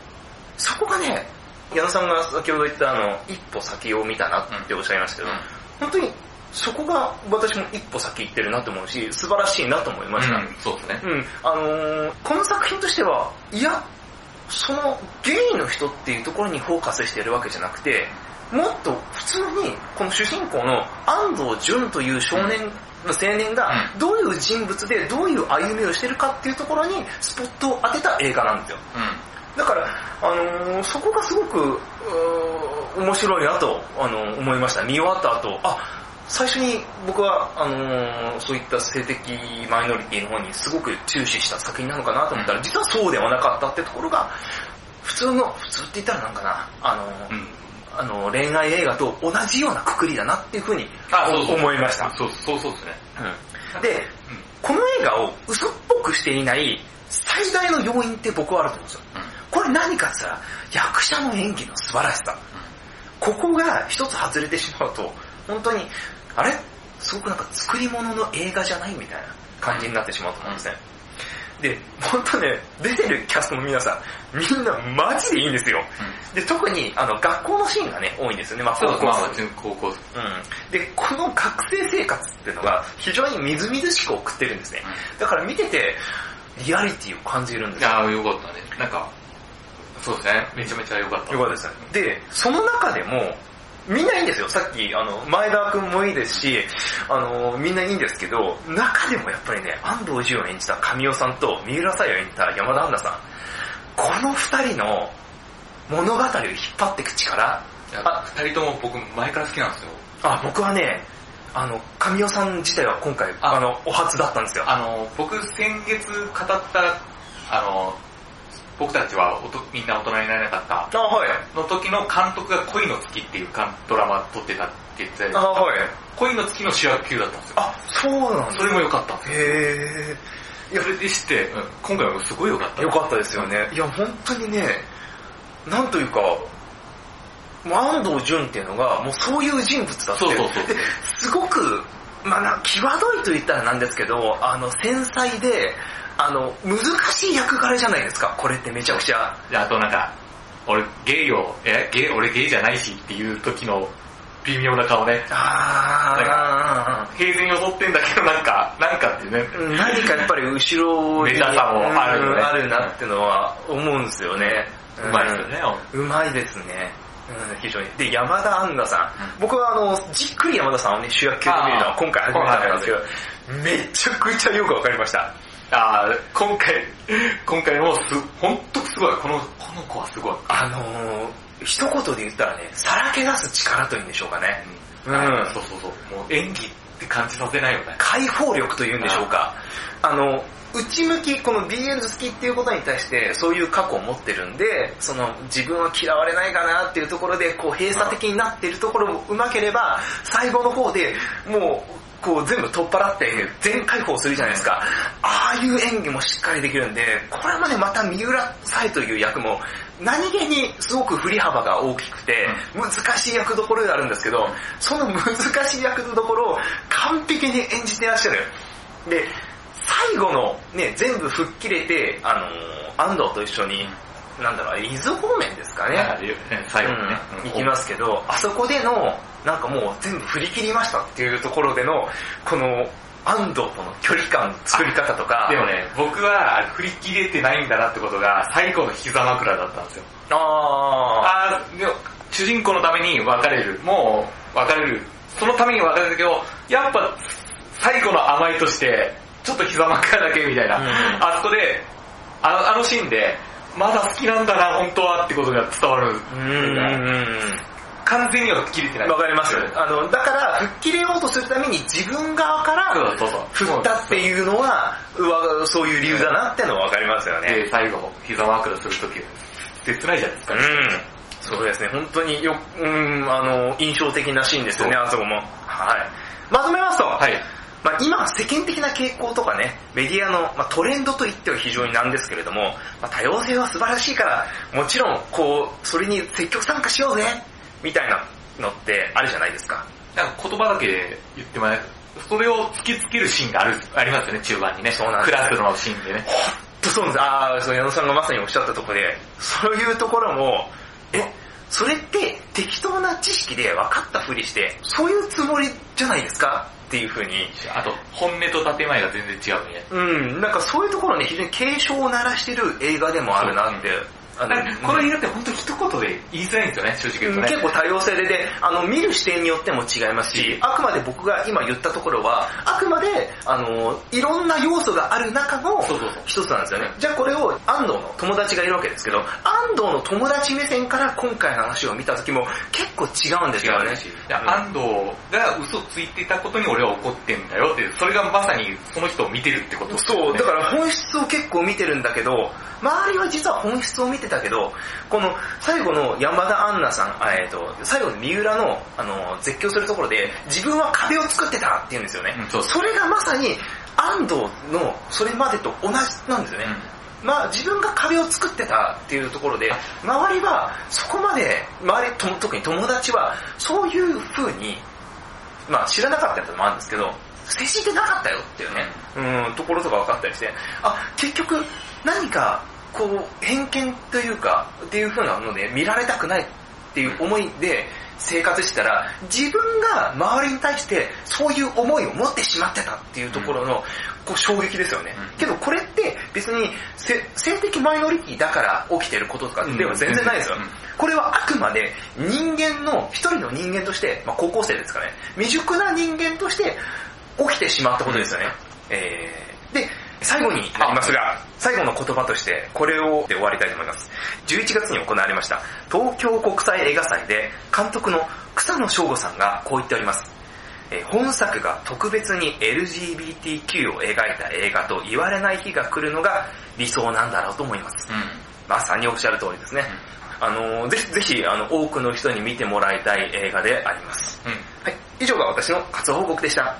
そこがね、矢野さんが先ほど言ったあの、一歩先を見たなっておっしゃいましたけど、本当にそこが私も一歩先行ってるなと思うし、素晴らしいなと思いました。
うんそうですね。
うん、あのーこの作品としては、いや、そのゲイの人っていうところにフォーカスしてるわけじゃなくて、もっと普通に、この主人公の安藤淳という少年、青年が、どういう人物でどういう歩みをしてるかっていうところにスポットを当てた映画なんですよ。
う
だから、あのーそこがすごく、うー面白いなと、あのー思いました。見終わった後、あ、最初に僕は、あのーそういった性的マイノリティの方にすごく注視した作品なのかなと思ったら、実はそうではなかったってところが、普通の、普通って言ったらなんかな、あのー
ん。うん。
あのー恋愛映画と同じようなくくりだなっていうふうに
あそうそう
思いました。
そうそうそうですね。
で、この映画を嘘っぽくしていない最大の要因って僕はあると思うんですよ。これ何かって言ったら、役者の演技の素晴らしさ。ここが一つ外れてしまうと、本当に、あれすごくなんか作り物の映画じゃないみたいな感じになってしまうと思うんですね。で、本当ね、出てるキャストの皆さん、みんなマジでいいんですよ。で、特に、あの、学校のシーンがね、多いんですよね。まあ、
そう
高
ま
校
あ
生、
高校
うん。で、この学生生活っていうのが非常にみずみずしく送ってるんですね。だから見てて、リアリティを感じるんですよ。
ああ、よかったね。なんか、そうですね。めちゃめちゃよかった。
よかったですね。で、その中でも、みんないいんですよ。さっき、あの、前田君もいいですし、あの、みんないいんですけど、中でもやっぱりね、安藤淳を演じた神尾さんと、三浦沙耶を演じた山田杏奈さん、この二人の物語を引っ張っていく力、
いやあ、二人とも僕前から好きなんですよ。
あ、僕はね、あの、神尾さん自体は今回、
あ
あの、お初だったんですよ。
あの、僕先月語った、あの、僕たちはおとみんな大人になれなかった
あ、はい。
の時の監督が恋の月っていうかドラマ撮ってたって言って
あ、はい。
恋の月の主役級だったんですよ。
あ、そうなん
それも良かったんですよ。
へ
いや、それで知って、うん今回はすごい良かった。
よかったですよね。いや、本当にね、なんというか、もう安藤淳っていうのが、もうそういう人物だって。
そうそうそう
ですごく、まあな、際どいと言ったらなんですけど、あの、繊細で、あの、難しい役柄じゃないですか。これってめちゃくちゃ。
であとなんか、俺ゲイを、え、ゲイ、俺ゲイじゃないしっていう時の、微妙な顔ね。
あ
平然に踊ってんだけど、なんか、なんかっていうね。
ー何かやっぱり後 ろに
メタさもあるよね
うんあるなってのは思うんですよね。
うまいですよね。
うん。うまいですね。うん、非常に。で、山田杏奈さん。僕はあの、じっくり山田さんをね、主役級で見るのは今回初めてなんですけど、めちゃくちゃよくわかりました。
あー今回、今回もす、ほんとすごい。この、この子はすごい。
あのー、一言で言ったらね、さらけ出す力というんでしょうかね。うん
あそうそうそう。もう演技って感じさせないよね。
解放力というんでしょうか。あの、内向き、この BL 好きっていうことに対して、そういう過去を持ってるんで、その自分は嫌われないかなっていうところで、こう閉鎖的になっているところもうまければ、最後の方でもう、こう全部取っ払って全解放するじゃないですか。ああいう演技もしっかりできるんで、これまでまた三浦彩という役も、何気にすごく振り幅が大きくて、難しい役どころではあるんですけど、その難しい役どころを完璧に演じてらっしゃる。で、最後のね、全部吹っ切れて、あのー安藤と一緒に、なんだろう、伊豆方面ですかね。
最後にね。
うん行きますけど、あそこでの、なんかもう全部振り切りましたっていうところでの、この安藤との距離感、作り方とか、
でもね、僕は振り切れてないんだなってことが、最後の膝枕だったんですよ。
あ
あーでも主人公のために別れる。もう、別れる。そのために別れるけど、やっぱ、最後の甘いとして、ちょっと膝枕だけみたいな。
うん
あそこで、あのあのシーンで、まだ好きなんだな、本当はってことが伝わる。
ー、うん。
完全には切れてない。
わかります
うん
あの、だから、吹っ切れようとするために自分側から
そうそう
振ったっていうのは、うわそういう理由だなってのはわかりますよね。
で、最後、膝枕するとき、切ないじゃないです
う
か。
ん。そうですね、本当によ、うん、あの、印象的なシーンですよね、あそこも。はい。まとめますと、
はい。
まあ、今、世間的な傾向とかね、メディアの、まあ、トレンドと言っては非常になんですけれども、まあ、多様性は素晴らしいから、もちろん、こう、それに積極参加しようぜ、みたいなのってあるじゃないですか。
なんか言葉だけで言ってもらえそれを突きつけるシーンがある、ありますよね、中盤にね。
そうなんです
クラスのシーンでね。
とそうなんです。ああ、そう、矢野さんがまさにおっしゃったところで、そういうところも、え、それって適当な知識で分かったふりして、そういうつもりじゃないですかっていうふうに、
あと、本音と建前が全然違うね。
うん、なんかそういうところね、非常に警鐘を鳴らしてる映画でもあるなって。あの
なんかこの映画って本当一言で言いづらいんですよね、正直言うとね。
結構多様性でで、あの、見る視点によっても違いますし、あくまで僕が今言ったところは、あくまで、あの、いろんな要素がある中の
そうそうそう
一つなんですよね。じゃあこれを安藤の友達がいるわけですけど、安藤の友達目線から今回の話を見た時も結構違うんですよ
違
ね
う。し、安藤が嘘ついてたことに俺は怒ってんだよって、それがまさにその人を見てるってことですよね、
そう、だから本質を結構見てるんだけど、周りは実は本質を見てたけど、この最後の山田杏奈さん、あえっと、最後の三浦の、あの、絶叫するところで、自分は壁を作ってたって言うんですよね。
うんそう
それがまさに、安藤のそれまでと同じなんですよね。まあ自分が壁を作ってたっていうところで、周りはそこまで、周りと、特に友達は、そういう風に、まあ知らなかったってのもあるんですけど、接してなかったよっていうね、うん、ところとか分かったりして、あ、結局何か、こう、偏見というか、っていう風なので見られたくないっていう思いで生活してたら、自分が周りに対してそういう思いを持ってしまってたっていうところの、こう衝撃ですよね。
うん
けどこれって別にせ性的マイノリティだから起きてることとかでは全然ないですよ。
うん
これはあくまで人間の、一人の人間として、まあ、高校生ですかね、未熟な人間として起きてしまったことですよね。えー、で、最後になりますが、最後の言葉としてこれをで終わりたいと思います。11月に行われました東京国際映画祭で監督の草野翔吾さんがこう言っております。えー本作が特別に LGBTQ を描いた映画と言われない日が来るのが理想なんだろうと思います。まさにおっしゃる通りですね。あのーぜひぜひあの多くの人に見てもらいたい映画であります。
うん。うん。
はい、以上が私の活動報告でした。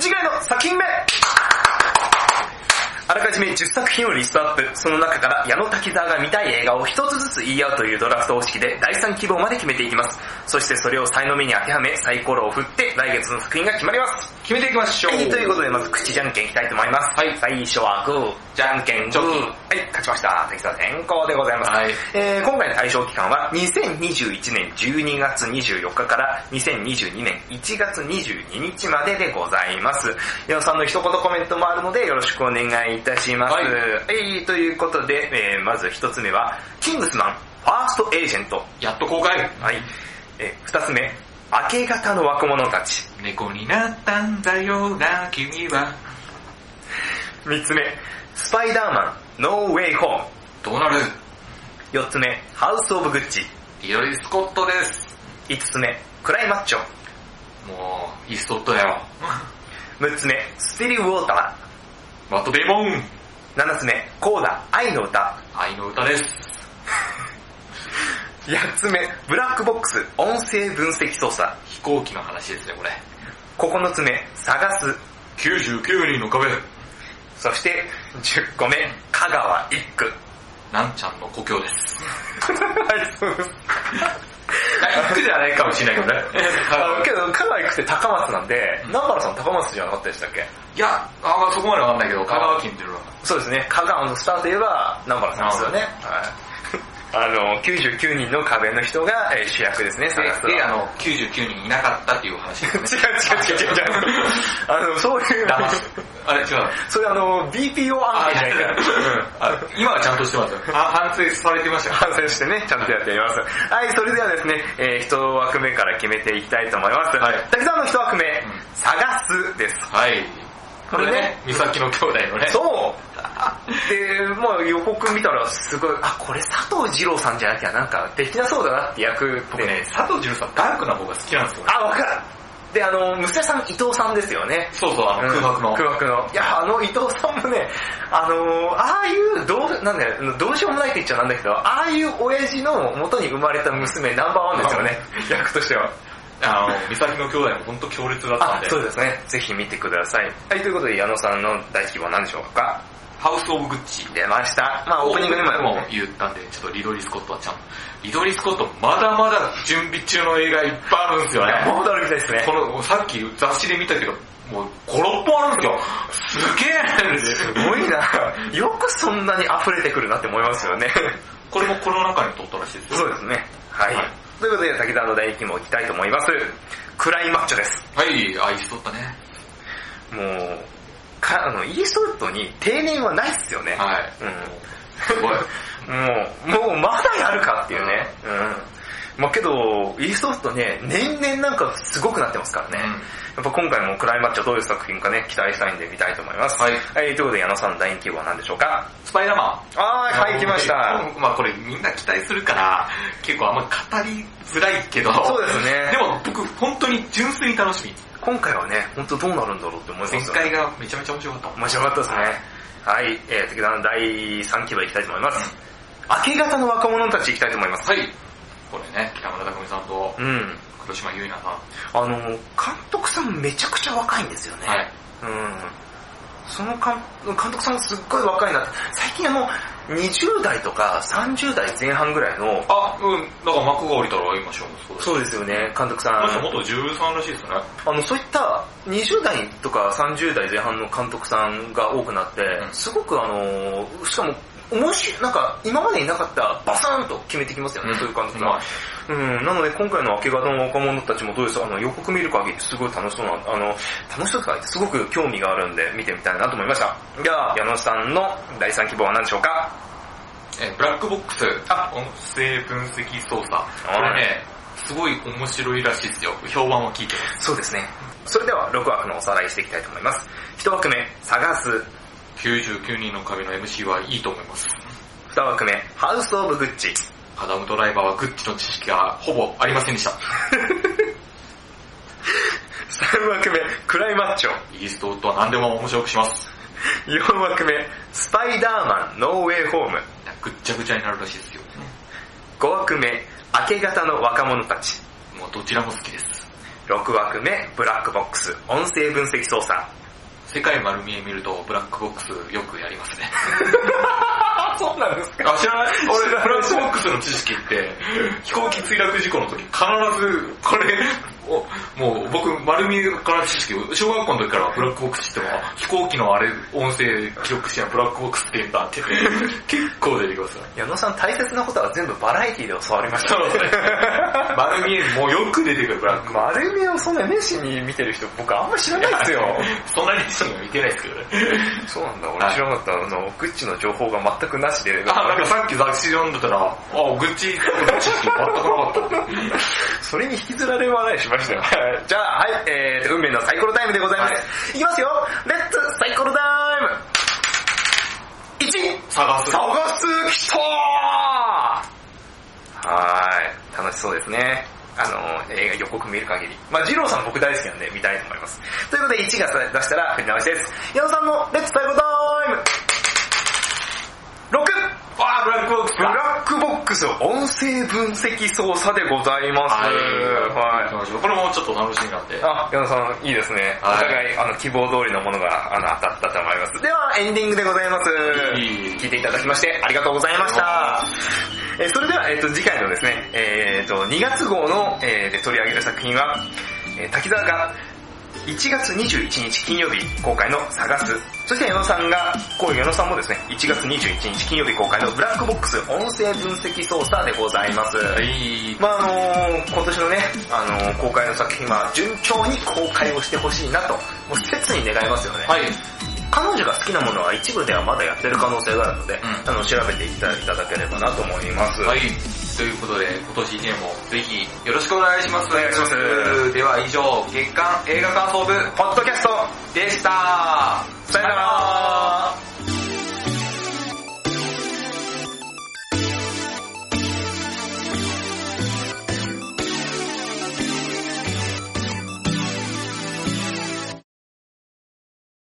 次回の作品名あらかじめ10作品をリストアップ、その中から矢野滝沢が見たい映画を一つずつ言い合うというドラフト方式で第3希望まで決めていきます。そしてそれを才能目に当てはめサイコロを振って来月の作品が決まります。
決めていきましょう。
はい、ということで、まず口じゃんけんいきたいと思います。
はい
最初はグー、じゃんけん、
ジョキ
はい、勝ちました。関さん先行でございます。
はい
えー今回の対象期間は、2021年12月24日から2022年1月22日まででございます。矢野さんの一言コメントもあるので、よろしくお願いいたします。
はい
はい、ということで、えーまず一つ目は、キングスマン、ファーストエージェント。
やっと公開。
はい。えー二つ目、明け方の若者たち。
猫になったんだよな、君は。
3つ目、スパイダーマン、ノーウェイホーム。
どうなる
4つ目、ハウス・オブ・グッチ。
リドリー・スコットです。
5つ目、クライマッチョ。
もう、イーストウッドだよ。
6つ目、スティリー・ウォータ
マット・デイモン
ー。7つ目、コーダ、愛の歌。
愛の歌です。
8つ目、ブラックボックス、音声分析操作。
飛行機の話ですね、これ。
9つ目、探す。
99人の壁。
そして、10個目、香川一区。
なんちゃんの故郷です。
はい、そうです。
一区ではないかもしれないけどね
あのけど、香川一区って高松なんで、南原さん高松じゃなかったでしたっけ
いや、あまあそこまでわかんないけど、香川県っていうのは。
そうですね、香川のスターといえば南原さんですよね。はい。あの、99人の壁の人が、えー主役ですね、探すの
で、
は
であの、99人いなかったっていう話です
違う違う違う違う
ね。
違う。 あの、そういう、
騙す。あれ違う。
それあの、BPO 案
あ、
件じゃないから。
あ今はちゃんとしてますよ。あ反省されてましたよ。
反省してね、ちゃんとやってやります。はい、それではですね、えー、一枠目から決めていきたいと思います。
はい
滝沢の一枠目、探すです。
はい。これ
これ
ね
ね、
美咲の兄弟のね。
そうで、まあ予告見たらすごい、あ、これ佐藤二郎さんじゃなきゃなんかできなそうだなって役っ
僕
て。
ね、佐藤二郎さん、ダークな方が好きなんですよ。
あ、わかるで、あの、娘さん伊藤さんですよね。
そうそう、あの、空白の。
空白の。いや、あの伊藤さんもね、あのーああいう、どう、なんだよ、どうしようもないって言っちゃなんだけど、ああいう親父の元に生まれた娘ナンバーワンですよね、 役としては。
あの、美咲の兄弟も本当強烈だったん
あ
で、。
そうですね。ぜひ見てください。はい、ということで矢野さんの第1希望は何でしょうか
ハウス・オブ・グッチ。
出ました。まあオープニングでも
も言ったんで、ちょっとリドリー・スコットはちゃんと。リドリー・スコット、まだまだ準備中の映画いっぱいあるんですよね。
もう驚きですね
こ。の、さっき雑誌で見たけど、もう5、6本あるんですよ。すげえ
すごいな。よくそんなに溢れてくるなって思いますよ ね。
これもコロナ禍に撮ったらしいですよ。
そうですね。はい。
はい
ということで、滝沢の第1希望いきたいと思います。クライマッチョです。
はい、あ、いしとったね。
もう、かあの、イーストウッドに定年はないっすよね。
はい。
う
すごい。
ん。 もう、もうまだやるかっていうね。うん。まあけど、イーストウッドね、年々なんかすごくなってますからね。
うん
やっぱ今回もクライマッチョどういう作品かね、期待したいんで見たいと思います。
はい
はい、ということで矢野さんの第2希望は何でしょうか
スパイダーマン。
あー、はい、来ました。。
まあこれみんな期待するから、結構あんま語りづらいけど。
そう ですね
でも僕本当に純粋に楽しみ。
今回はね、本当どうなるんだろうって思いますよ
前回
ね。
がめちゃめちゃ面白かった。
面白かったですね。はい、えー、次の第3希望いきたいと思います。明け方の若者たちいきたいと思います。
はい。これね、北村匠海さんと
うん。
黒島結菜さん。
あの、監督さんめちゃくちゃ若いんですよね。
はい。
うん。その監監督さんすっごい若いなって、最近あの、20代とか30代前半ぐらいの、
あ、うん、だから幕が降りたら今しようです。
そうですよね、監督さん。
この人元13らしいですね。
あの、そういった20代とか30代前半の監督さんが多くなって、
うん
すごくあの、しかも、面白い、なんか、今までになかったバサンと決めてきますよね、
うん
そういう監督
う
が。うん、なので今回の明け方の若者たちもどうですあの、予告見る限りすごい楽しそうな、あの、楽しそうとか言ってすごく興味があるんで見てみたいなと思いました。じゃあ、矢野さんの第3希望は何でしょうか
えーブラックボックス、あ音声分析操作。これね、すごい面白いらしいですよ。評判を聞いてます。
そうですね。それでは6枠のおさらいしていきたいと思います。1枠目、探す。
99人の壁の MC はいいと思います。
2枠目、ハウスオブグッチ。
アダムドライバーはグッチの知識がほぼありませんでした。
3枠目、クライマッチョ。
イーストウッドは何でも面白くします。
4枠目、スパイダーマン、ノーウェイホーム。
ぐっちゃぐちゃになるらしいですよ。
5枠目、明け方の若者たち。
もうどちらも好きです。
6枠目、ブラックボックス、音声分析操作。
世界丸見え見るとブラックボックスよくやりますね。
そうなんです か
あ、知らない俺、フラッシュボックスの知識って、飛行機墜落事故の時、必ず、これ、おもう僕、丸見えから知識を、小学校の時からブラックボックス知っても、あ飛行機のあれ、音声記録してブラックボックスって言うんだって、結構出てきますよ。
矢野さん大切なことは全部バラエティで教わりました
そ
ね
うね。丸見え、もうよく出てくる、ブラックボッ
丸目をそんな熱心に見てる人僕あんま知らないで
ク
す
ス
よ。
そんなにシーンは見てないですけどね。
そうなんだ、
は
俺
い
知らなかった。あの、グッチの情報が全くなしで。
あ、なんかさっき雑誌読んでたら、あ、愚痴、知識全くなかった。
それに引きずられ笑いしましたよ。 じゃあ、はい、えーと、運命のサイコロタイムでございます。い、きますよレッツサイコロタイム !1!
探す。
探す人はーい、楽しそうですね。あの、映画予告見る限り。まあ二郎さん僕大好きなんで見たいと思います。ということで1が出したら振り直しです。矢野さんのレッツサイコロタイム 6!
あ、ブラックボックス
ブラックボックス音声分析操作でございます。
はい。
はい。
これもちょっと楽しみなんで。
あ、矢野さん、いいですね。
はい
お互い、あの、希望通りのものが、あの、当たったと思います。では、エンディングでございます。
いい
聞いていただきまして、ありがとうございました。えーそれでは、えっ、と、次回のですね、えっ、と、2月号の、えーで取り上げる作品は、えー滝沢が、1月21日金曜日公開の探す。そして矢野さんが、こう矢野さんもですね、1月21日金曜日公開のブラックボックス音声分析操作でございます。
いい
まああのー今年のね、あのー公開の作品は順調に公開をしてほしいなと、もう切に願いますよね。
はい。
彼女が好きなものは一部ではまだやってる可能性があるので、あの、調べていただければなと思います。
はい。ということで、今年1年もぜひよろしくお願いします。お願
いします
では以上、月刊映画感想部
ポッドキャスト
でした。
さよなら